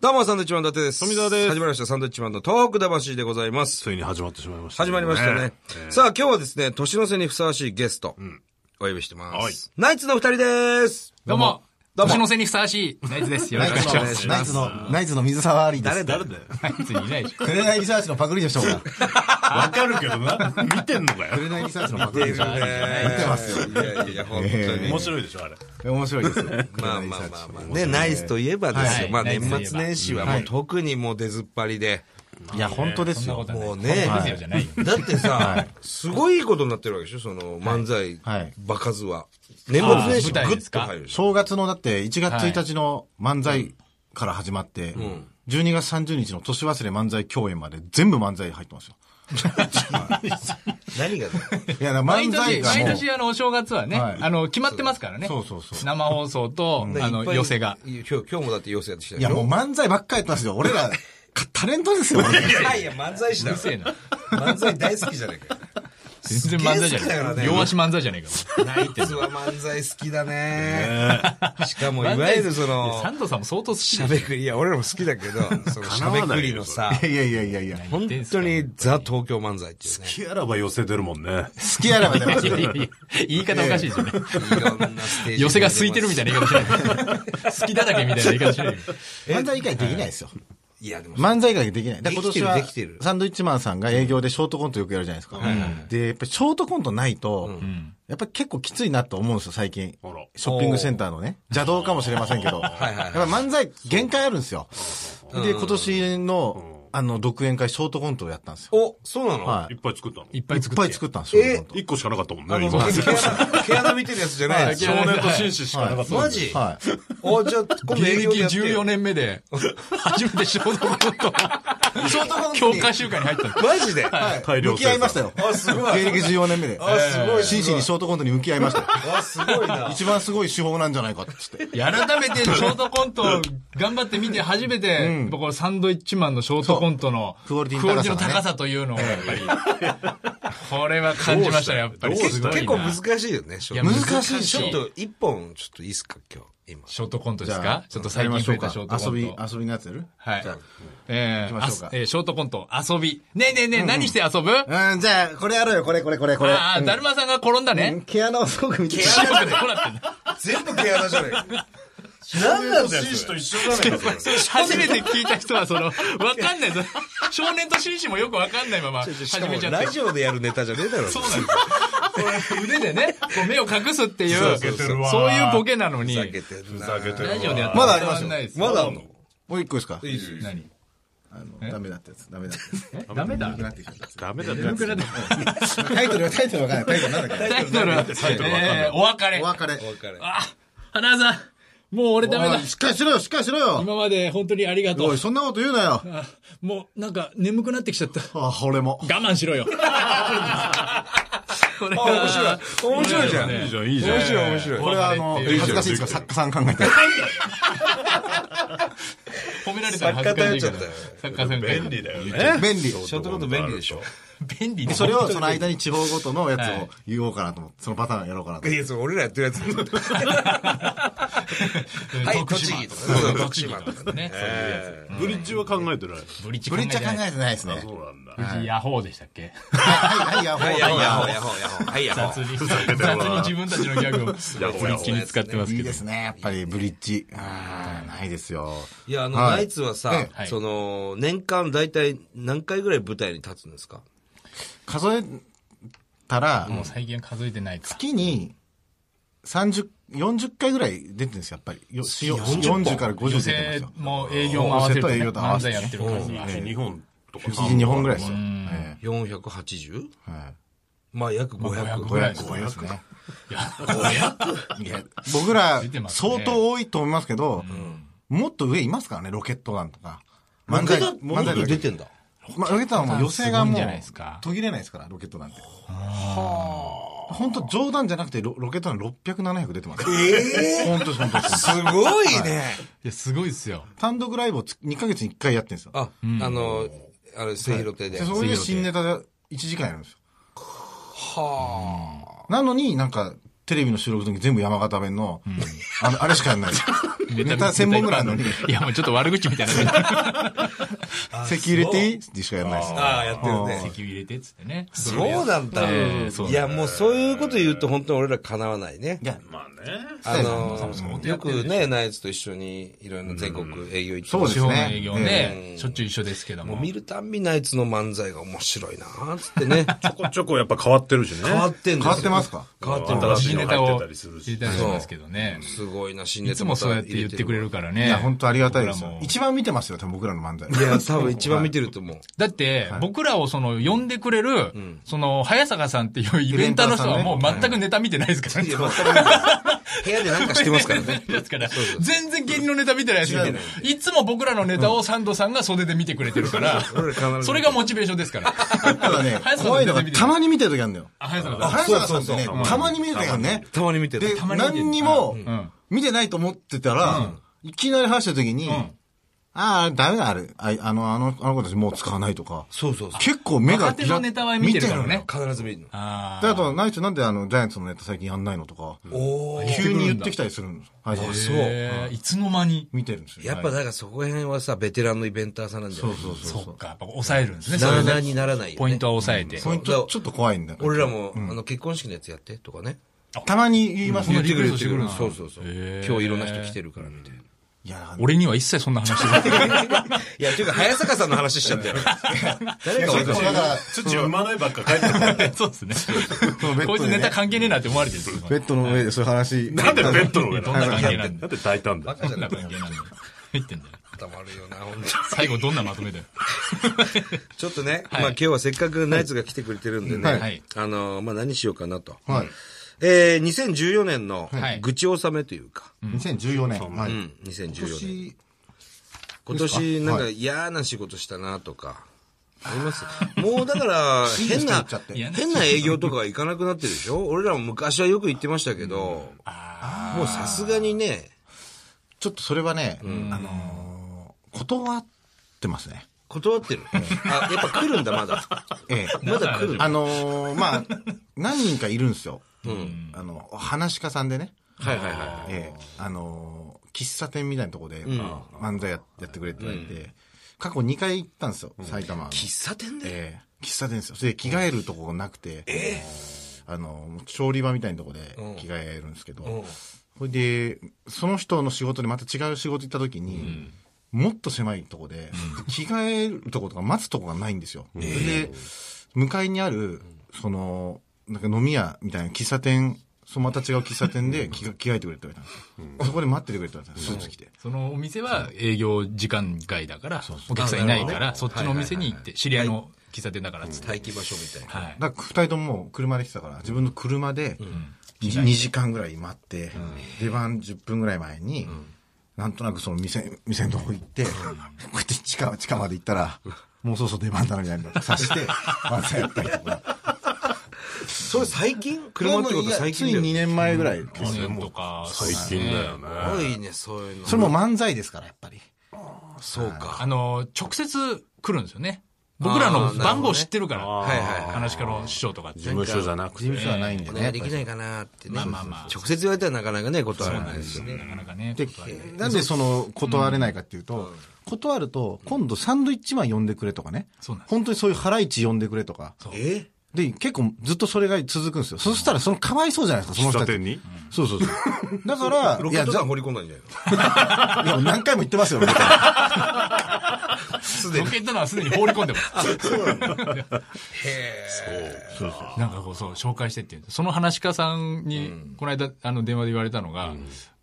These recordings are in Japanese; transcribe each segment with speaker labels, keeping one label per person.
Speaker 1: どうも、サンドウィッチマン伊達です。
Speaker 2: 富澤です
Speaker 1: 始まりました、サンドウィッチマンのトーク魂でございます。
Speaker 2: ついに始まってしまいました、
Speaker 1: 始まりましたね。
Speaker 2: えー
Speaker 1: さあ、今日はですね、年の瀬にふさわしいゲスト、お呼びしてます。
Speaker 2: はい
Speaker 1: ナイツのお二人です。
Speaker 3: どうも、
Speaker 1: どうも
Speaker 3: 年の瀬にふさわしい、ナイツです。よろ
Speaker 4: ナ
Speaker 3: し
Speaker 4: イ
Speaker 3: くお願いしま
Speaker 4: ツの、ナイツの、ナイツの水沢アリーです。
Speaker 2: 誰だよ。
Speaker 3: す。ナイツにいないでしょ。
Speaker 4: くれないリサーチのパクリでしょうか。
Speaker 2: わかるけどな。 見てんのか
Speaker 4: く
Speaker 2: よ。
Speaker 4: れないリサーチのパクリでしょうか。
Speaker 1: 見てますよ。いやいや、本当に。
Speaker 2: 面白いでしょ、あれ。
Speaker 4: 面白いですよ。
Speaker 1: まあまあまあまあ
Speaker 4: くれないリサー
Speaker 1: ね、
Speaker 4: チ
Speaker 1: ナイスといえばですよ。
Speaker 3: はい
Speaker 1: まあ
Speaker 3: ナイ
Speaker 1: 年
Speaker 3: ツといえば
Speaker 1: 末年始はもう特にもう出ずっぱりで。
Speaker 4: いや、本当です
Speaker 3: そんなこと。
Speaker 4: よ
Speaker 1: も
Speaker 3: は
Speaker 1: う
Speaker 3: ない。
Speaker 1: ね
Speaker 3: こんなことですよじゃないよ。
Speaker 1: だってさ、すごいことになってるわけでしょその漫才
Speaker 4: はい、
Speaker 1: 場数は。年末年始
Speaker 3: あー舞
Speaker 1: グ
Speaker 3: 台です
Speaker 1: ッと
Speaker 3: か
Speaker 1: 入るでしょ
Speaker 4: 正月のだって1月1日の漫才から始まって、12月30日の年忘れ漫才共演まで全部漫才入ってますよ。
Speaker 1: 何がだよ
Speaker 4: いや、だから
Speaker 3: 毎
Speaker 4: 漫才
Speaker 3: 年、
Speaker 4: が
Speaker 3: 毎
Speaker 4: もう、
Speaker 3: 年あの、お正月はね、
Speaker 4: はい
Speaker 3: あの、決まってますからね。
Speaker 4: そうそうそう。
Speaker 3: 生放送と、 あ
Speaker 1: いっ
Speaker 3: の、
Speaker 1: ぱい
Speaker 3: 寄せが。
Speaker 1: 今日、今日もだって寄せやってきた
Speaker 4: いや、もう漫才ばっかやってますよ。俺ら、かタレント ですよ。俺
Speaker 1: いやいや、漫才師だ
Speaker 3: うるせえな。
Speaker 1: 漫才大好きじゃないか。
Speaker 3: 全然漫才じゃ
Speaker 1: すげえ好きだから
Speaker 3: ね
Speaker 1: ね
Speaker 3: え。両足漫才じゃねえか。
Speaker 1: ナイツは漫才好きだね。しかも、い
Speaker 3: 漫才
Speaker 1: わゆるそ
Speaker 3: いや
Speaker 1: の、
Speaker 3: サンドさんも相当好き
Speaker 1: しゃ
Speaker 3: だ
Speaker 1: べくり、いや、俺らも好きだ けど、そのしゃべくりのさ、
Speaker 4: いやいやいやいや。
Speaker 1: 本当にザ東京漫才っていうね。
Speaker 2: キアラば寄せ出るもんね。
Speaker 4: 好きあらば出ます
Speaker 3: いやいやいや、言い方おかしいですよね。
Speaker 1: いろんなステージ。
Speaker 3: 寄せが空いてるみたい
Speaker 1: な。
Speaker 3: な言い方しない。好きだらけみたいな言い方しない。
Speaker 4: 漫才以外できないですよ。
Speaker 1: いや、でも、
Speaker 4: 漫才ができない。だから今年は
Speaker 1: できてるできてる
Speaker 4: サンドイッチマンさんが営業でショートコントよくやるじゃないですか。で、やっぱりショートコントないと、やっぱり結構きついなと思うんですよ、最近
Speaker 2: あら。
Speaker 4: ショッピングセンターのね。邪道かもしれませんけど。
Speaker 1: い はい
Speaker 4: やっぱ漫才限界あるんですよ。で、今年の、あの、独演会ショートコントをやったんですよ。
Speaker 1: お、そうなの
Speaker 4: はい
Speaker 2: っぱい作ったの。
Speaker 3: い
Speaker 2: 一
Speaker 3: っぱい
Speaker 4: いっ
Speaker 3: 作
Speaker 4: ぱ
Speaker 3: っ
Speaker 4: い
Speaker 3: て。
Speaker 4: 作ったんですよ、ショートコン
Speaker 2: 個しかなかったもん
Speaker 1: あ
Speaker 2: ね、
Speaker 1: の、
Speaker 2: 今。
Speaker 1: 毛穴、毛穴見てるやつじゃない
Speaker 4: は
Speaker 1: の
Speaker 4: い
Speaker 2: 少年と紳士しかなかったもんね。
Speaker 1: マジ
Speaker 4: ト。はい。
Speaker 1: お、じゃあ、今度
Speaker 3: 芸
Speaker 1: 営業で
Speaker 3: 歴
Speaker 1: やってよ
Speaker 3: 14年目 で、初めてショートコント、
Speaker 4: ショートコン
Speaker 3: 強化集会に入ったんです
Speaker 1: マジであ、
Speaker 4: はい
Speaker 2: 大量
Speaker 4: 向き合いましたよ。
Speaker 1: あすごい
Speaker 4: 芸歴14年目で。
Speaker 1: すごい。
Speaker 4: 真摯にショートコントに向き合いましたよ。
Speaker 1: すごいな。
Speaker 4: 一番すごい手法なんじゃないかって言って。
Speaker 3: 改めてショートコントを頑張って見て初めて、やっぱこのサンドイッチマンのショートコントの
Speaker 4: そうクオリティの
Speaker 3: クオ
Speaker 4: 高
Speaker 3: リ
Speaker 4: さ
Speaker 3: ティの高さと
Speaker 4: がね
Speaker 3: いうのをやっぱり、これは感じましたね、やっぱり。
Speaker 2: どうした
Speaker 3: すごいな
Speaker 1: 結構難しいよね、正直
Speaker 3: いや
Speaker 4: 難しい
Speaker 1: ち
Speaker 4: し
Speaker 1: ょっと、一本、ちょっといいっすか、今日、今。
Speaker 3: ショートコントです
Speaker 4: じゃあ
Speaker 3: かちょっと最近増えたショートコ
Speaker 4: 遊び
Speaker 3: ント。
Speaker 4: 遊びのやつやる
Speaker 3: はい
Speaker 4: じゃ。
Speaker 3: え
Speaker 4: 行
Speaker 3: ー
Speaker 4: きましょうか
Speaker 3: あえーショートコント、遊び。ねえねえねえ、何して遊ぶ
Speaker 4: あうんじゃあこれやろうよこれこれこれこれ
Speaker 3: ああ、だるまさんが転んだ
Speaker 4: うん
Speaker 3: ね。
Speaker 4: 毛穴をすごく見て
Speaker 1: 毛
Speaker 3: ショー
Speaker 1: 穴
Speaker 3: トコントどうなってんだ
Speaker 1: 全部毛穴じゃないか。
Speaker 2: 何なんだよ。紳士と一緒じゃないかそれ
Speaker 3: 初めて聞いた人は、その、わかんない。その少年と紳士もよくわかんないまま
Speaker 1: し
Speaker 3: 始
Speaker 1: か
Speaker 3: め
Speaker 1: も
Speaker 3: ちゃった
Speaker 1: ラ。ジオでやるネタじゃねえだろ。
Speaker 3: そうなんですよ。これ腕でね、こう目を隠すっていう、
Speaker 1: そう
Speaker 3: そ
Speaker 1: そううそう
Speaker 3: いうボケなのに、
Speaker 1: ふざ
Speaker 3: ラ
Speaker 1: けてん
Speaker 2: ふ
Speaker 1: な
Speaker 2: ざけてるわ。
Speaker 3: ジオでやった
Speaker 4: まだあ
Speaker 3: ら
Speaker 4: りますよ
Speaker 3: ないですよ。
Speaker 1: まだあんの
Speaker 4: もう一個ですか
Speaker 1: いいですよいいですよ
Speaker 3: 何
Speaker 4: あのダメだったやつダメだったや
Speaker 3: えダメだ
Speaker 4: つ。なくなってきちゃった
Speaker 2: ダメだよ。
Speaker 4: タイトルはタイトルわかんないタイトルなんだっ
Speaker 3: タイトルは、えーお別
Speaker 4: け
Speaker 3: れ
Speaker 4: お。別れ
Speaker 1: お別れ。
Speaker 3: あ、花さん、もう俺ダメだ
Speaker 4: おい。しっかりしろよしっかりしろよ
Speaker 3: 今まで本当にありがと
Speaker 4: お
Speaker 3: う
Speaker 4: い。そんなこと言うなよ
Speaker 3: あもうなんか眠くなってきちゃった。
Speaker 4: あ俺も
Speaker 3: 我慢しろよ。これ
Speaker 1: あ、面白い。面白いじゃん。
Speaker 2: いい
Speaker 1: 面
Speaker 2: じゃん、いいじゃん。
Speaker 1: 白い、面白い。
Speaker 4: これはあの
Speaker 3: いい
Speaker 4: 恥ずかしいですか作家さん考えて
Speaker 3: 褒められたら恥ずかしいから。作家さんが
Speaker 2: 便利だよね。
Speaker 4: 便利
Speaker 1: ショートコント便利でしょ。
Speaker 3: 便利ね
Speaker 4: それをその間に地方ごとのやつを言おうかなと思ってそのパターンやろうかなと
Speaker 1: い
Speaker 4: 思って
Speaker 1: や、それ俺らやってるやつ。はい、
Speaker 3: 徳
Speaker 1: 栃
Speaker 3: 島
Speaker 1: 木と
Speaker 3: と
Speaker 1: かね。そう
Speaker 3: か栃
Speaker 1: 栃
Speaker 3: 木
Speaker 1: 木と
Speaker 3: と
Speaker 1: か。
Speaker 3: かね。
Speaker 2: ブリッジは考えてない。
Speaker 3: ブリッジ
Speaker 4: ブリッジは考えてないですね
Speaker 2: そうなんだ。
Speaker 3: ない。ヤホーでしたっけ
Speaker 4: はいはいヤホー
Speaker 1: はい、やほうやほうやほうやほう。はい、やほ
Speaker 3: 雑
Speaker 1: う。
Speaker 3: に、雑に自分たちのギャグを振り切り使ってます
Speaker 4: い
Speaker 3: け
Speaker 4: い
Speaker 3: ど
Speaker 4: で。すね、やっぱりブリッジ。あーないですよ。
Speaker 1: いや、あの、
Speaker 4: はい
Speaker 1: ナイツはさ、
Speaker 3: はい
Speaker 1: その、年間大体何回ぐらい舞台に立つんですか
Speaker 4: 数えたら、
Speaker 3: もう最近は数えてないか。
Speaker 4: 月に30、40回ぐらい出てるんですよ、やっぱり。よしよ40から50
Speaker 3: 女
Speaker 4: 出て
Speaker 3: 性
Speaker 4: ますよ。
Speaker 3: も営業も合わせるとね、
Speaker 4: 女性と営業と合
Speaker 3: 漫
Speaker 4: わ
Speaker 3: 才
Speaker 4: せて
Speaker 3: やってるから
Speaker 2: 一日二本とか。
Speaker 4: 1日2本ぐらいですよ。え
Speaker 1: ?480?
Speaker 4: えはい
Speaker 1: まあ、約500。
Speaker 3: ぐらいです
Speaker 4: 500、
Speaker 3: ね
Speaker 4: 500ですね。
Speaker 3: 500? いや、
Speaker 4: 僕ら
Speaker 3: 出て、ますね
Speaker 4: 相当多いと思いますけど、もっと上いますからね、ロケット団とか。漫才、
Speaker 1: も
Speaker 4: 漫
Speaker 1: っ
Speaker 4: 才
Speaker 1: と
Speaker 4: だ
Speaker 1: 出
Speaker 4: け。
Speaker 1: てんだ。
Speaker 4: まあ、ロケット団はもう寄せが
Speaker 3: すごいん
Speaker 4: も
Speaker 3: じ
Speaker 4: う
Speaker 3: ゃないですか、
Speaker 4: 途切れないですから、ロケット団って。本当冗談じゃなくてロ、ロケット団600、700出てます。ええ本当です、本当です。
Speaker 1: すごいね。
Speaker 3: いやすごいですよ。
Speaker 4: 単独ライブを2ヶ月に1回やってるんですよ。
Speaker 1: あ、あの、あれ、せひろ亭で
Speaker 4: で。そういう新ネタで1時間やるんですよ。
Speaker 1: は
Speaker 4: なのになんか、テレビの収録の時全部山形弁の、あのあれしかやんない。 ネタ専門ぐらいあるのに、
Speaker 3: いや、もうちょっと悪口みたいな。
Speaker 4: 席入れていいってしかやんないです。
Speaker 1: ああ、やってるね。
Speaker 3: 石油入れてっつってね。
Speaker 1: そうなんだ。
Speaker 3: そう
Speaker 1: いや、もうそういうこと言うと本当に俺ら叶わないね。
Speaker 2: まあね。
Speaker 1: あの、よくね、ナイツと一緒にいろいろな全国営業行って
Speaker 4: そうで
Speaker 3: 地
Speaker 4: す
Speaker 3: 方の
Speaker 4: ね
Speaker 3: 営業ね、しょっちゅう一緒ですけど
Speaker 1: も
Speaker 3: も
Speaker 1: う。見るたんびナイツの漫才が面白いなーっつってね。
Speaker 2: ちょこちょこやっぱ変わってるしね。
Speaker 1: 変 わってんですよ
Speaker 4: 変わってますか
Speaker 1: 変わって
Speaker 2: 新
Speaker 1: る。
Speaker 2: しい
Speaker 3: 新
Speaker 2: の
Speaker 3: ネタ
Speaker 2: 入って
Speaker 3: を
Speaker 2: た
Speaker 3: 入
Speaker 2: りするし
Speaker 3: れたりしますけどね。
Speaker 1: すごいな、新
Speaker 3: い
Speaker 1: ネタ
Speaker 3: つもそうやって言ってくれるからね。
Speaker 4: いや、本当ありがたいですよ
Speaker 3: 僕ら。も
Speaker 4: 一番見てますよ、多分僕らの漫才。
Speaker 1: いや、多分一番見てると思う。
Speaker 3: だって、僕らをその、呼んでくれる、その、早坂さんっていうイベンターの人はもう全くネタ見てないですからね。
Speaker 1: いや、全く見てない部屋でなんかしてます からね。
Speaker 3: ですから、全然芸人のネタ見てないですけど、いつも僕らのネタをサンドさんが袖で見てくれてるから、それがモチベーションですから。
Speaker 4: た だね、怖いのがたまに見てる時あるのよ。
Speaker 3: あ、早坂さん。
Speaker 4: 原坂さんってね、たまに見てる時あるのね。
Speaker 1: たまに見て
Speaker 4: で
Speaker 1: る。、
Speaker 4: 何にも見てないと思ってたら、いきなり話した時に、ああ、ダメだ、あれ。ああの、あの、あの子たちもう使わないとか。
Speaker 1: そうそうそう。
Speaker 4: 結構目が
Speaker 3: 若手のネタは見てるから
Speaker 4: 見のよ
Speaker 3: ね。
Speaker 1: 必ず見るの。
Speaker 3: あ
Speaker 4: であと、ナイツなんであの、ジャイアンツのネタ最近やんないのとか、
Speaker 1: おー
Speaker 4: 急に言ってきたりするんです。はい、
Speaker 1: そう
Speaker 3: ーいつの間に。
Speaker 4: 見てるんですよ。
Speaker 1: やっぱだからそこら辺はさ、ベテランのイベンターさんなんじゃない
Speaker 4: そうそう
Speaker 3: そ
Speaker 4: そう
Speaker 3: っ。か、やっぱ抑えるんですね。
Speaker 1: な
Speaker 3: そ
Speaker 1: あ
Speaker 3: れ
Speaker 1: な
Speaker 3: で
Speaker 1: あにならないよね
Speaker 3: ポイントは抑えて。
Speaker 4: ポイントちょっと怖いんだよ
Speaker 1: 俺らも、あの、結婚式のやつやってとかね。
Speaker 4: たまに言います
Speaker 3: うん
Speaker 4: ね。
Speaker 3: リクエストしてくるんだ
Speaker 1: そうそうそう。
Speaker 3: へー
Speaker 1: 今日いろんな人来てるからみたいな。
Speaker 4: いや、
Speaker 3: 俺には一切そんな話が。
Speaker 1: いや、というか、早坂さんの話しちゃった よ。誰か俺
Speaker 4: だか
Speaker 1: たち
Speaker 4: ら、
Speaker 2: 土を産まないばっか帰ってくる。
Speaker 3: そうですね。
Speaker 4: ベッドでね
Speaker 3: こいつネタ関係ねえなって思われてるんです
Speaker 4: ベ
Speaker 3: よ。
Speaker 4: ッドの上でそういう話。
Speaker 2: なんでベッドの上
Speaker 3: ど
Speaker 2: なん
Speaker 3: な
Speaker 2: の
Speaker 3: 関係なんだ
Speaker 2: なんで大胆だよ。
Speaker 3: どんな関係なんだよ入ってんだよ。
Speaker 1: たまるよな、ほんと
Speaker 3: 最後どんなまとめだよ。
Speaker 1: ちょっとね、
Speaker 3: はい
Speaker 1: まあ今日はせっかくナイツが来てくれてるんでね、
Speaker 4: はい
Speaker 3: はい
Speaker 1: あのーまあ何しようかなと。
Speaker 4: はい。
Speaker 1: えー、2014年の
Speaker 3: はい
Speaker 1: 愚痴納めというか、
Speaker 4: 2014年。は
Speaker 1: う
Speaker 4: い。
Speaker 1: ん、2014
Speaker 4: 今
Speaker 1: 年。
Speaker 4: 年、
Speaker 1: 今年なんか
Speaker 4: は
Speaker 1: 嫌な仕事したなとか、ありますもうだ から、変
Speaker 4: 言
Speaker 1: な
Speaker 4: っちゃって、
Speaker 1: 変な営業とか行かなくなってるでしょ俺らも昔はよく行ってましたけど、もうさすがにね、
Speaker 4: ちょっとそれはね、あのー、断ってますね。
Speaker 1: 断ってる。あ、やっぱ来るんだ、まだ。
Speaker 4: ええ。
Speaker 1: まだ来るんだ。
Speaker 4: あのー、まあ、何人かいるんですよ。あの、話し家さんでね。
Speaker 1: はいはいは
Speaker 4: ええ、あのー喫茶店みたいなとこで、漫才ややってくれって言われて、過去2回行ったんですよ、埼玉の。
Speaker 1: い。喫茶店で
Speaker 4: ええ喫茶店ですよ。それで着替えるとこがなくて、あのー、調理場みたいなとこで着替えるんですけど、ほいで、その人の仕事でまた違う仕事行った時に、もっと狭いとこで、着替えるとことか待つとこがないんですよ。それで、向かいにある、その、なんか飲み屋みたいな喫茶店、そうまた違う喫茶店で着が着替えてくれって言われたんですよ。そこで待っててくれって言われたんですよ、スーツ着て。
Speaker 3: そのお店は営業時間外だから、お客さんいないから、そっちのお店に行って、知り合いの喫茶店だからっつって。
Speaker 1: 待機場所みたいな。
Speaker 3: はい。
Speaker 4: だから二人とももう車で来てたから、自分の車でに2時間ぐらい待って、出番10分ぐらい前に、なんとなくその店、店のとこ行って、こうやって地下、地下まで行ったら、もうそろそろ出番だなみたいなのを刺して、漫才やったりとか。
Speaker 1: それ最近車ってことは最近だ
Speaker 4: つ
Speaker 1: よ
Speaker 4: い
Speaker 1: ね
Speaker 4: 2年前ぐらいです
Speaker 3: 去
Speaker 4: よ
Speaker 3: 年とか、
Speaker 2: 最近だよね。
Speaker 1: すごいね、そういうの。
Speaker 4: それも漫才ですから、やっぱり。
Speaker 1: そうか。
Speaker 3: あの、直接来るんですよね。僕らの番号知ってるから、
Speaker 1: はいはいはい。
Speaker 3: 話家の師匠とかって
Speaker 2: 事。務所じゃなく
Speaker 4: 事務
Speaker 2: て。
Speaker 4: 所はないんで
Speaker 1: お
Speaker 4: ね。
Speaker 1: 願
Speaker 4: やっ
Speaker 1: いで
Speaker 4: ぱ
Speaker 1: き
Speaker 4: り
Speaker 1: ないかなってね。
Speaker 3: まあまあまあ
Speaker 1: 直接言われたらなかなかね、断らないしね。
Speaker 3: なかなかね。
Speaker 4: で、なんでその、断れないかっていうと、断ると、今度サンドイッチマン呼んでくれとかね。
Speaker 3: そうなんです
Speaker 4: 本当にそういうハライチ呼んでくれとか。
Speaker 1: え
Speaker 4: で、結構ずっとそれが続くんですよ。そしたら、その、かわいそうじゃないですか、その人たち。
Speaker 2: 喫茶店に
Speaker 4: そうそうそう。だから、
Speaker 1: ロ
Speaker 4: い
Speaker 1: ケ
Speaker 4: や、
Speaker 1: ット
Speaker 4: じゃ
Speaker 1: 弾掘り込んだんじゃないの
Speaker 4: あいや何回も言ってますよ、僕は
Speaker 3: ロケットのはすでに放り込んで ます。
Speaker 2: そうそう
Speaker 3: なんかこう、そう、紹介してっていう。その話家さんに、この間、あの、電話で言われたのが、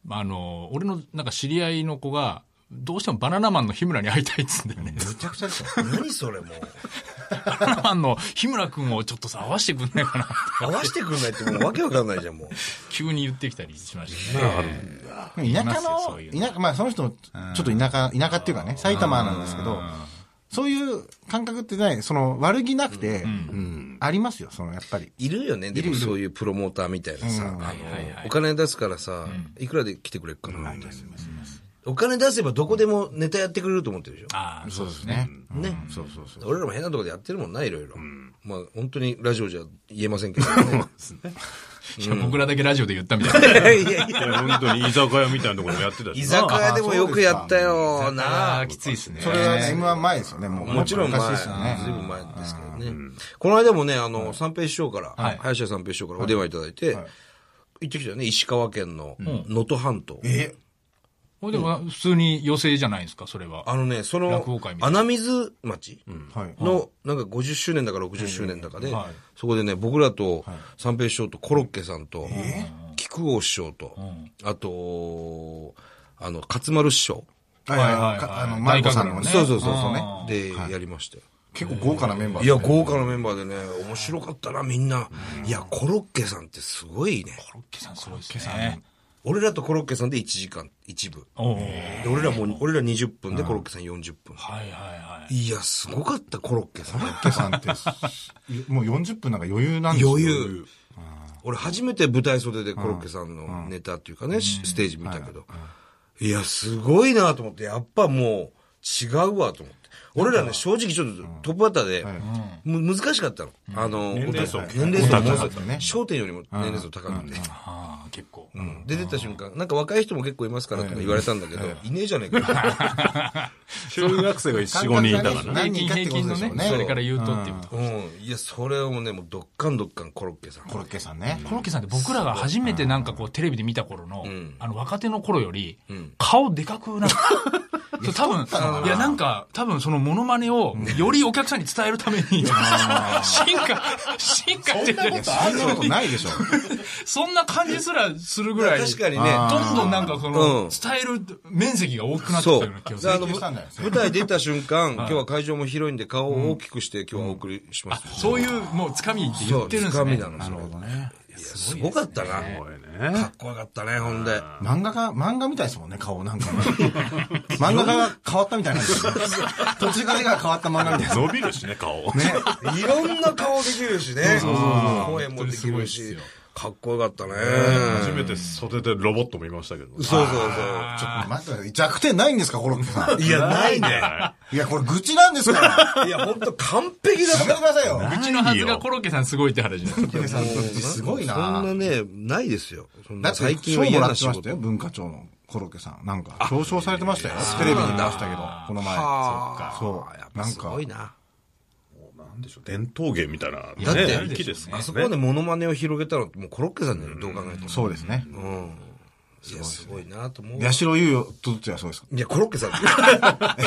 Speaker 3: まああの、俺の、なんか知り合いの子が、どうしてもバナナマンの日村に会いたいっつうんだよね。
Speaker 1: むちゃくちゃでしょ。何それもう。
Speaker 3: バナナマンの日村くんをちょっとさ、会わしてくんないかなって
Speaker 1: 合わせてくんないってもうわけわかんないじゃん、もう。
Speaker 3: 急に言ってきたりしましたね。
Speaker 4: 田舎
Speaker 3: ますよそういうの
Speaker 4: の、田舎、まあ、その人も、ちょっと田舎、田舎っていうかね、埼玉なんですけど、そういう感覚ってない、その、悪気なくて、うんありますよ、その、やっぱり。
Speaker 1: いるよね、でもそういうプロモーターみたいなさ。あのお金出すからさ、いくらで来てくれっかなみたいな。お金出せばどこでもネタやってくれると思ってるでしょ。
Speaker 3: ああ、
Speaker 4: そうですね。
Speaker 1: ね。
Speaker 4: そうそうそう。
Speaker 1: 俺らも変なとこでやってるもんな、いろいろ。まあ、本当にラジオじゃ言えませんけど ね。
Speaker 3: いや僕らだけラジオで言ったみたい な。
Speaker 1: いやいやいや。
Speaker 2: いや本当に居酒屋みたいなところもやってたし
Speaker 1: 居
Speaker 2: な。
Speaker 1: 酒屋でもよくやった よ、な
Speaker 3: あ
Speaker 1: あ
Speaker 3: あ、。きついですね。
Speaker 4: それはね、M1 前ですよね、もう。
Speaker 1: もちろん前、
Speaker 4: 昔
Speaker 1: ずい
Speaker 4: ですよね。
Speaker 1: ぶん前ですけどね。この間もね、あの、三平師匠から、
Speaker 3: い
Speaker 1: 林家三平師匠からお電話いただいて、行ってきたよね、石川県の能登半島。
Speaker 4: え
Speaker 3: ほんでも、普通に余生じゃないですか、それは。
Speaker 1: あのね、その
Speaker 3: 落語会、みたい
Speaker 1: 穴水町
Speaker 4: はい。
Speaker 1: の、なんか50周年だか60周年だかで
Speaker 3: はい、
Speaker 1: そこでね、僕らと、三平師匠とコロッケさんと、菊郷師匠と、あと、あの、勝丸師匠。
Speaker 4: はい
Speaker 3: は
Speaker 4: はいい
Speaker 3: はい
Speaker 4: かあの、マイコさんのね。
Speaker 1: そうそうそうそう
Speaker 4: ね。
Speaker 1: で、やりましたよ。
Speaker 4: 結構豪華なメンバー
Speaker 1: い
Speaker 4: で
Speaker 1: や、
Speaker 4: すね
Speaker 1: 豪華なメンバーでね、面白かったな、みんな。いや、コロッケさんってすごいね。
Speaker 3: コロッケさんすごいですね。
Speaker 1: 俺らとコロッケさんで1時間、1部。
Speaker 3: おお。はい
Speaker 1: で俺らもう、俺ら20分でコロッケさん40分。
Speaker 3: はいはい。
Speaker 1: いや、すごかった、コロッケさん。
Speaker 4: コロッケさんって、もう40分なんか余裕なんですよ
Speaker 1: 余裕。俺初めて舞台袖でコロッケさんのネタっていうかね、しステージ見たけど。いや、すごいなと思って、やっぱもう違うわと思って。俺らね、正直ちょっとトップバッターで、む難しかったの。あの、
Speaker 2: 年齢層
Speaker 1: お互い年齢層も
Speaker 4: 高かったね
Speaker 1: 焦点よりも年齢層高くて。
Speaker 3: ああ、結構。
Speaker 1: 出てった瞬間、なんか若い人も結構いますからとか言われたんだけど、いねえじゃねえか。
Speaker 2: 中学生が4、5人いたからね。
Speaker 3: 平
Speaker 4: 何
Speaker 3: 均
Speaker 4: 人かっ
Speaker 3: 平
Speaker 4: てこと
Speaker 3: 均の
Speaker 4: でしょうね
Speaker 3: ね、それから言うとっていうこと。
Speaker 1: うん。いや、それをね、もうどっかんどっかんコロッケさん。
Speaker 4: コロッケさんね。
Speaker 3: コロッケさんって僕らが初めてなんかこうテレビで見た頃の、
Speaker 1: ん
Speaker 3: あの若手の頃より
Speaker 1: ん、
Speaker 3: 顔でかくなったそう多分、いやなんか、多分そのモノマネをよりお客さんに伝えるために、進化、進化っていうか
Speaker 4: いやそんなことないでしょ。
Speaker 3: そんな感じすらするぐらい、
Speaker 1: 確かにね、
Speaker 4: あ
Speaker 3: どんどんなんかその、
Speaker 1: うん
Speaker 3: 伝える面積が大きくなってき
Speaker 1: そ
Speaker 3: たよ
Speaker 1: う。
Speaker 3: うな気がする。
Speaker 1: あの
Speaker 4: 請求したんだよ
Speaker 1: 舞台出た瞬間、今日は会場も広いんで顔を大きくして今日はお送りします。
Speaker 3: そういう、もう、つかみって言
Speaker 1: そ
Speaker 3: っ
Speaker 1: う、
Speaker 3: てるんで
Speaker 1: つ
Speaker 3: す
Speaker 1: かみ
Speaker 3: ね。
Speaker 1: なの、それ。い
Speaker 4: ね
Speaker 1: や、すごかったな。
Speaker 2: これ
Speaker 1: か
Speaker 2: ね
Speaker 1: っこよかったね、ほんで。
Speaker 4: 漫画家、漫画みたいですもんね、顔な んかね。漫画家が変わったみたいなんですよ。途中から絵が変わった漫画みたい
Speaker 2: 伸びるしね、顔。
Speaker 4: ですね。
Speaker 1: いろんな顔できるしね。声もできるし。かっこよかったね。
Speaker 2: 初めて袖でロボットもいましたけど。
Speaker 1: そうそう
Speaker 4: ちょっと待ってください。弱点ないんですか、コロッケさん
Speaker 1: そう。。いや、ないね。
Speaker 4: いや、これ愚痴なんですから。
Speaker 1: いや、ほんと完璧だ
Speaker 4: や
Speaker 1: っ
Speaker 4: めて
Speaker 1: た。
Speaker 4: くださいよ。
Speaker 3: うちのはずがコロッケさんすごいって話なんです
Speaker 4: コロッケさん、すごいな。
Speaker 1: そんなね、ないですよ。そん
Speaker 4: だ
Speaker 1: な
Speaker 4: って
Speaker 1: 最
Speaker 4: 最近
Speaker 1: 近
Speaker 4: 賞
Speaker 1: は
Speaker 4: も
Speaker 1: 嫌
Speaker 4: らっ
Speaker 1: な
Speaker 4: て
Speaker 1: 仕
Speaker 4: ました
Speaker 1: 事。
Speaker 4: よ、文化庁のコロッケさん。なんか、表彰されてましたよ。テレビに出ましたけど、この前。そ
Speaker 1: やっ
Speaker 4: う。
Speaker 1: ぱ
Speaker 4: なん
Speaker 1: す
Speaker 4: か
Speaker 1: ごい、な。
Speaker 2: なんでしょう、伝統芸みたいな。
Speaker 1: だって
Speaker 2: ね息ですね。
Speaker 1: あそこまでモノマネを広げたのってもうコロッケさんだよ、どう考えても。
Speaker 4: そうですね。
Speaker 1: うん。いや、すごいなと思う。
Speaker 4: 八代優よとってはそうですか。
Speaker 1: いや、コロッケさん。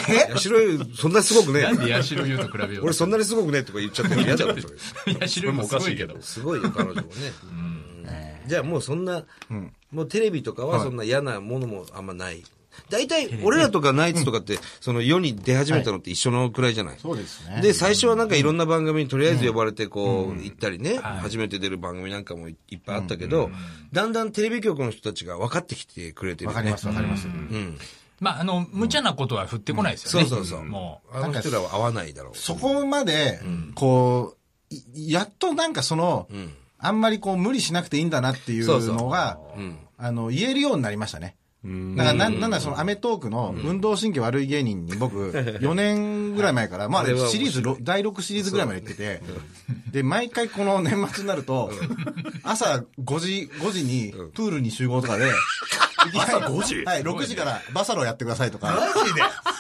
Speaker 1: え八代優、そんなすごくね
Speaker 3: なんで八代優と比べ よう
Speaker 1: 俺そんなにすごくねとか言っちゃっても嫌だもん、それ
Speaker 3: 八代優もすごいけど。
Speaker 1: すごいよ、彼女もね。うんじゃあもうそんな、もうテレビとかはそんな嫌なものもあんまない。大体、俺らとかナイツとかって、その世に出始めたのって一緒のくらいじゃない、
Speaker 4: そうですね
Speaker 1: で、最初はなんかいろんな番組にとりあえず呼ばれてこう、行ったりね、初めて出る番組なんかもいっぱいあったけど、だんだんテレビ局の人たちが分かってきてくれてる
Speaker 4: わ
Speaker 1: よ
Speaker 4: かり
Speaker 1: ね
Speaker 4: ま。す、わかります。
Speaker 1: うん。
Speaker 3: まあ、あの、無茶なことは振ってこないですよね。
Speaker 1: うんそうそうそう
Speaker 3: もう。
Speaker 1: あの人らは合わないだろう。
Speaker 4: そこまで、こう、いやっとなんかその、あんまりこう無理しなくていいんだなってい
Speaker 1: そうそう
Speaker 4: うのが、あの、言えるようになりましたね。だからなん、なんだそのアメトークの運動神経悪い芸人に僕、4年ぐらい前から、まあ
Speaker 1: あれは面白い
Speaker 4: シリーズろ、第6シリーズぐらいまで行ってて、で、毎回この年末になると、朝5時、5時にプールに集合とかで、朝5
Speaker 2: 時
Speaker 4: はい、6時からバサロやってくださいとか。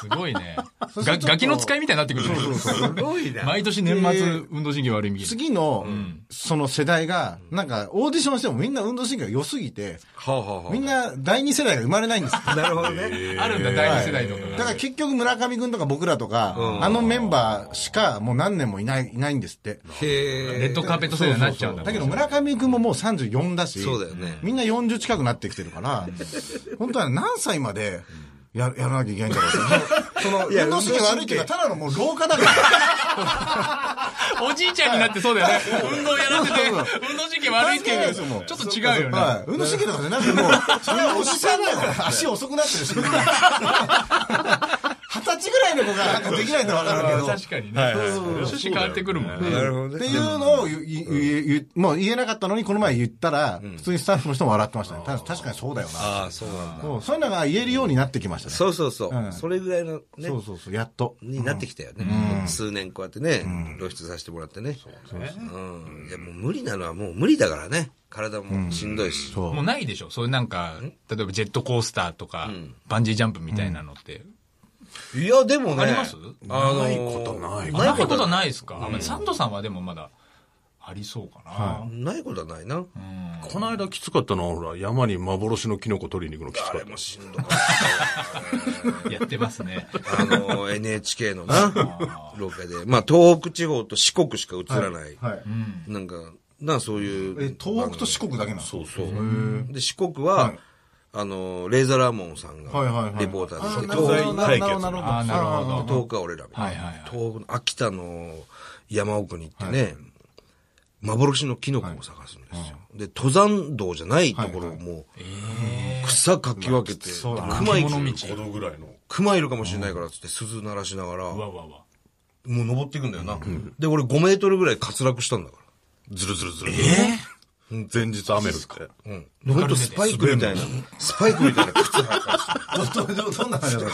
Speaker 3: すごいね。
Speaker 4: そしてちょ
Speaker 3: が
Speaker 4: っと
Speaker 3: ガキの使いみたいになってくるね
Speaker 1: すごいな。
Speaker 3: 毎年年末、運動神経悪いみたい
Speaker 4: 次の、その世代が、なんか、オーディションしてもみんな運動神経が良すぎて、
Speaker 1: はあ、はあはあ
Speaker 4: みんな第二世代が生まれないんですよ。
Speaker 1: なるほどね。
Speaker 3: な。あるんだ、第二世代とか
Speaker 4: だ
Speaker 3: が。
Speaker 4: から結局村上くんとか僕らとか、あのメンバーしかもう何年もいない、いないんですって。
Speaker 1: へえ。
Speaker 3: レッドカーペット世代になっちゃうんだ
Speaker 4: だけど村上くんももう34だし、
Speaker 1: そうだよね
Speaker 4: みんな40近くなってきて るから、本当は何歳までややらなきゃいけないんだろうってその、運動神経悪いっていうか、ただのもう老化だから。
Speaker 3: おじいちゃんになってそうだよね。運動やらせて、運動神経悪いっていう。
Speaker 4: 関係ないですよもう
Speaker 3: ちょっと違うよね。
Speaker 4: はい。運動神経とかじゃなく てもう、それはおじさんだよ。足遅くなってるし。二十歳ちぐらいの子がなんかできないとわかるけど。
Speaker 3: 確かにね。
Speaker 4: はいはいはい
Speaker 3: 趣旨変わってくるもんね。
Speaker 1: なるほど
Speaker 4: って
Speaker 1: ね。
Speaker 4: いうのを言、言言言もう言えなかったのに、この前言ったら、普通にスタッフの人も笑ってましたね。た確かにそうだよな。
Speaker 1: ああ、そうなんだ。
Speaker 4: そうそういうのが言えるようになってきましたね。
Speaker 1: そうそうそうう。
Speaker 4: ん
Speaker 1: それぐらいのね
Speaker 4: そ、うそうそう、やっと。
Speaker 1: になってきたよね。数年こうやってね、露出させてもらってね。そうね。ん。いや、もう無理なのはもう無理だからね。体もしんどいし。
Speaker 4: そう
Speaker 3: もうないでしょそういうなんか、例えばジェットコースターとか、バンジージャンプみたいなのって。
Speaker 1: いや、でもね。
Speaker 3: あります
Speaker 1: あのー
Speaker 2: ないことない
Speaker 3: ないことはないですか、あまあサンドさんはでもまだ、ありそうかな。
Speaker 1: ないことはないな。
Speaker 2: この間きつかったのは、ほら、山に幻のキノコ取りに行くのきつか
Speaker 1: あ
Speaker 2: っ
Speaker 1: れ
Speaker 2: た。
Speaker 1: もしんどかったよね
Speaker 3: やってますね。
Speaker 1: あの、NHK のな、ロケで。まあ、東北地方と四国しか映らない。
Speaker 4: はい。
Speaker 1: なんか、な、そういう。
Speaker 4: え、東北と四国だけなの
Speaker 1: そうそう。で、四国は、
Speaker 4: はい
Speaker 1: あの、レーザーラーモンさんが
Speaker 4: はいはいはい。
Speaker 1: レポーターですけ
Speaker 4: あ
Speaker 1: ど、
Speaker 4: なるほどなるほどなるほど。
Speaker 3: あーなるほど
Speaker 1: 東東北は俺らみたいな。
Speaker 3: はいはいはい
Speaker 1: 東北の秋田の山奥に行ってね、幻のキノコを探すんですよ。で、登山道じゃないところをもう、草かき分けて、熊いる、
Speaker 2: 5度ぐらいの。
Speaker 1: 熊いるかもしれないからっつって鈴鳴らしながら、
Speaker 3: わ
Speaker 1: も
Speaker 3: わわ。
Speaker 1: う登っていくんだよな。で、俺5メートルぐらい滑落したんだから。
Speaker 2: ずるずるずる。うん前日雨降って。
Speaker 1: ほんとスパイクみたいな、スパイクみたいな靴履いて
Speaker 4: どどどどんな話だった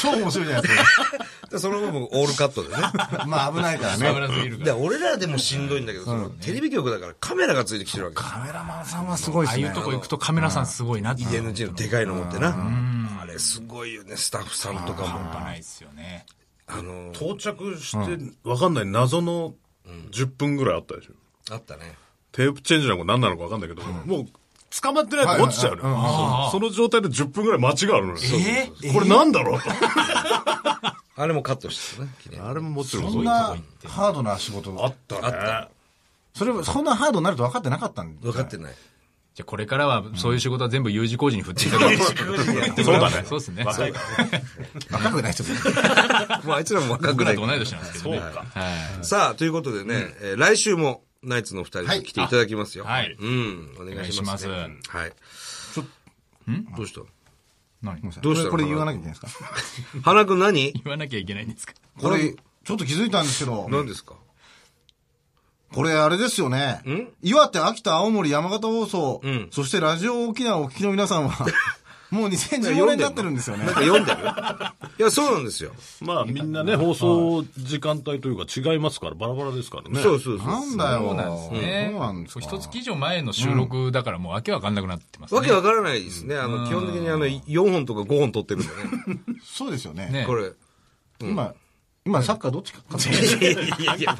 Speaker 4: 超面白いじゃないです
Speaker 1: でその分もオールカットでね。
Speaker 4: か。まあ危ないからね。
Speaker 3: すぎる
Speaker 1: で俺らでもしんどいんだけど、そのテレビ局だからカメラがついてきてるわけ。
Speaker 4: カメラマンさんはすごいで
Speaker 3: ああ
Speaker 4: す
Speaker 3: い
Speaker 4: ね。
Speaker 3: うとこ行くとカメラさんすごいなって。半
Speaker 1: DNG のでかいの持ってな。あれすごいよね、スタッフさんとかも。
Speaker 3: 端ないですよね。
Speaker 1: あの、
Speaker 2: 到着して、わかんない謎の10分ぐらいあったでしょ。
Speaker 1: あったね。
Speaker 2: テープチェンジなのか何なのかわかんないけど、もう、捕まってないと落ちちゃうのよそうその状態で10分ぐらい待ちがあるのよ。これなんだろうと。
Speaker 1: あれもカットしてたね、記念
Speaker 2: あれももちろん
Speaker 4: そんなハードな仕事
Speaker 2: あったね。
Speaker 4: それもそんなハードになると分かってなかったんで
Speaker 1: 分かってない。
Speaker 3: じゃあこれからは、そういう仕事は全部 U 字工事に振っていただきます。
Speaker 2: そうだね。
Speaker 3: そうですね。
Speaker 2: 若いから
Speaker 4: 若くない人で す
Speaker 1: もうあいつらも若く
Speaker 3: 僕
Speaker 1: な
Speaker 3: ら
Speaker 1: い
Speaker 3: と。同い年なんですけどね。はい
Speaker 1: さあ、ということでね、えー来週もナイツのお二人に来ていただきますよ。
Speaker 3: はいはい
Speaker 1: うん、お願いしますね。
Speaker 3: お願いし
Speaker 1: はい。どうした
Speaker 3: 何言
Speaker 1: どうしたの
Speaker 4: これ言わなきゃいけないんですか
Speaker 1: 花くん何
Speaker 3: わなきゃいけないんですか
Speaker 4: これ、ちょっと気づいたんですけど、
Speaker 1: 何ですか
Speaker 4: これあれですよね。岩手、秋田、青森、山形放送、
Speaker 1: ん
Speaker 4: そしてラジオ沖縄をお聞きの皆さん は、もう2014年になってるんですよね
Speaker 1: なん。か読んでるいや、そうなんですよ。
Speaker 2: まあみんなね、放送時間帯というか違いますから、バラバラですからね。
Speaker 1: そうそうそう。
Speaker 4: なんだよ。
Speaker 3: そうなんですね。
Speaker 4: そうなんですか。
Speaker 3: 一月以上前の収録だからもう訳わかんなくなってますね。
Speaker 1: わけわからないですね。あの、基本的にあの、4本とか5本取ってるんでね。
Speaker 4: そうですよね。
Speaker 3: ね
Speaker 1: これ。
Speaker 4: 今、今サッカーどっちか勝つ
Speaker 1: いやいやいや。